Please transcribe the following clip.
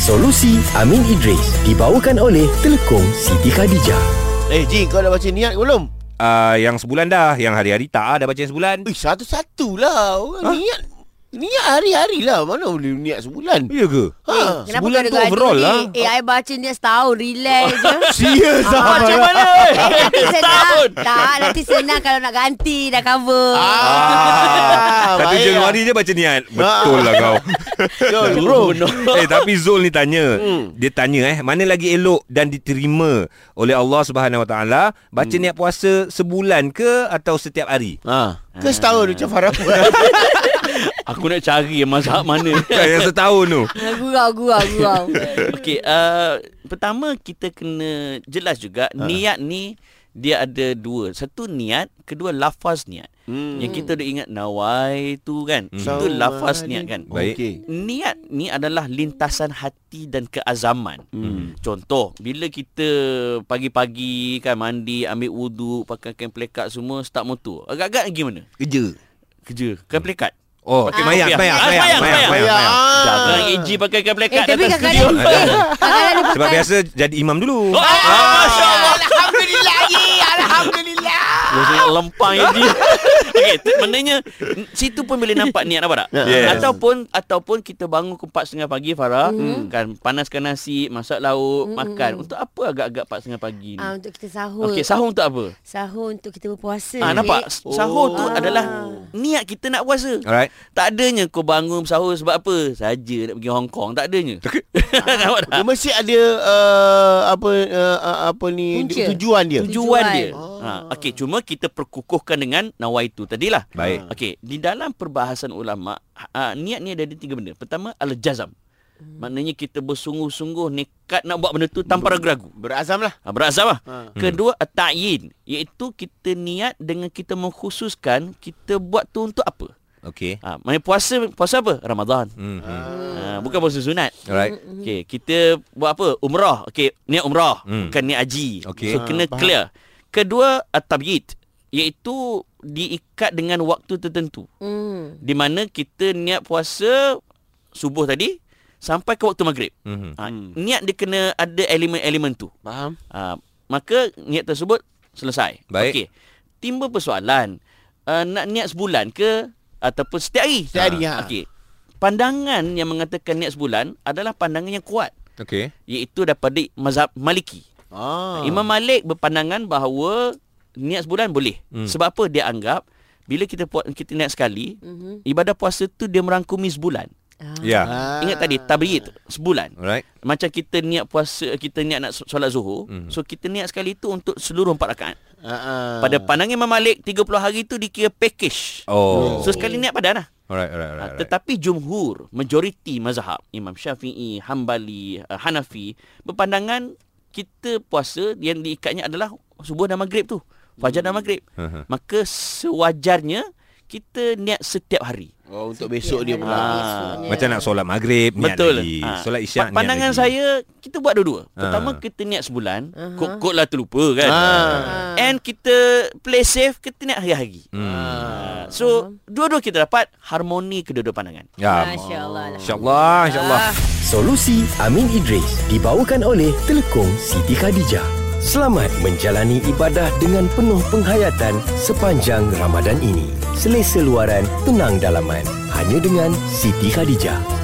Solusi Amin Idris dibawakan oleh Telekom Siti Khadijah. Eh Ji kau dah baca niat ke belum? Uh, yang sebulan dah Yang hari-hari tak ah, Dah baca yang sebulan Eh satu-satu lah Orang ha? niat Niat hari-hari lah Mana boleh niat sebulan Ya ke? Ha Sebulan tu kau ada gaduh overall ni? lah Eh, I baca ni setahun. Relax je. Serius lah Macam mana Eh, nanti senang. Tak, nanti senang kalau nak ganti. Dah cover. Ah, Satu baik Januari je baca niat Betul lah kau lah. Yo, bro. Eh tapi Zul ni tanya Dia tanya eh Mana lagi elok Dan diterima Oleh Allah Subhanahu Wa Taala Baca niat puasa Sebulan ke Atau setiap hari Ha. Ke setahun macam Farah Aku nak cari yang mazhab mana. Yang setahun tu Gurau, gurau, gurau. Okey, uh, pertama kita kena jelas juga ha. niat ni dia ada dua. Satu niat, kedua lafaz niat. Hmm. Yang kita duk ingat nawai tu kan. Hmm. Itu lafaz niat kan. Baik. Okey. Niat ni adalah lintasan hati dan keazaman. Hmm. Contoh, bila kita pagi-pagi kan mandi, ambil wuduk, pakai kain pelekat semua, start motor. Agak-agak pergi mana? Kerja Kerja. Kain pelekat. Oh okay, mayang, Rupiah. mayang, mayang, Ah, mayang, mayang, mayang. mayang, mayang. Ah. Jangan AG pakai kain Eh, pelekat tapi datang studio. kadang-kadang... Eh, kadang-kadang dia Sebab pakai... biasa jadi imam dulu Oh, Masya Allah. Alhamdulillah Ji Alhamdulillah Lu sangat lempang ya Ji Okey tu- Maknanya n- Situ pun boleh nampak niat apa tak Yes. Ataupun Ataupun kita bangun ke 4.30 pagi Farah mm. Kan panaskan nasi Masak lauk mm. Makan Untuk apa agak-agag 4.30 pagi ni Ah, untuk kita sahur. Okey sahur untuk apa Sahur untuk kita berpuasa. Ah nampak Eh, sahur tu Ah. Oh. adalah niat kita nak puasa. Alright. Tak adanya kau bangun sahur sebab apa? Saja nak pergi Hong Kong, tak adanya. Nampak tak? Dia mesti ada uh, apa uh, uh, apa ni Punca. tujuan dia. tujuan dia. Tujuan. Ha, okey, cuma kita perkukuhkan dengan nawaitu tadilah. Baik. Okey, di dalam perbahasan ulama, ha, niat ni ada ada tiga benda. Pertama al-jazam. Maknanya kita bersungguh-sungguh nekat nak buat benda tu tanpa ragu-ragu. Berazam lah. Ha, berazam lah. Ha. Kedua, at-ta'yin. Iaitu kita niat dengan kita mengkhususkan kita buat tu untuk apa. Okay Ha, maknanya puasa puasa apa? Ramadan. hmm. Ha, bukan puasa sunat. Alright Hmm. Okey, kita buat apa? Umrah. Okey, niat umrah, Hmm. bukan niat haji. Okey. Ah, So kena clear. Kedua, at-tabyid iaitu diikat dengan waktu tertentu. Hmm. Di mana kita niat puasa subuh tadi sampai ke waktu maghrib. Mhm. Ha, niat dia kena ada elemen-elemen tu. Faham? Ha, maka niat tersebut selesai. Baik. Okey. Timbul persoalan, uh, nak niat sebulan ke ataupun setiap hari? Setiap hari, ha. Okey. Pandangan yang mengatakan niat sebulan adalah pandangan yang kuat Okay iaitu daripada mazhab Maliki. Ah. Ha. Imam Malik berpandangan bahawa niat sebulan boleh. Hmm. Sebab apa dia anggap bila kita puas, kita niat sekali, mm-hmm. ibadah puasa tu dia merangkumi sebulan. Ah. Ya yeah. Ah. Ha. Ingat tadi tabiyyid sebulan. Alright Macam kita niat puasa, kita niat nak solat Zuhur, mm. so kita niat sekali tu untuk seluruh empat rakaat. Ah. Pada pandangan Imam Malik 30 hari tu dikira package. Oh So sekali niat padan lah. Alright alright alright, Ha, alright. tetapi jumhur, majoriti mazhab, Imam Syafi'i, Hambali, uh, Hanafi berpandangan kita puasa yang diikatnya adalah subuh dan maghrib tu. Fajar dan maghrib. Aha. Maka sewajarnya kita niat setiap hari. Oh, untuk besok dia pula. Ah. Macam nak solat maghrib niat lagi. Ha. Solat isyak niat Pandangan lagi. saya kita buat dua-dua. Ah. Pertama kita niat sebulan, kok-kok lah terlupa kan. Ha. Ah. And kita play safe kita niat hari-hari. Hmm. Mm. Ah. So dua-dua kita dapat harmoni kedua-dua pandangan. Ya. Masya Allah. InsyaAllah, Ah. insyaAllah. Solusi Amin Idris dibawakan oleh Telekom Siti Khadijah. Selamat menjalani ibadah dengan penuh penghayatan sepanjang Ramadan ini. Selesa luaran, tenang dalaman. Hanya dengan Siti Khadijah.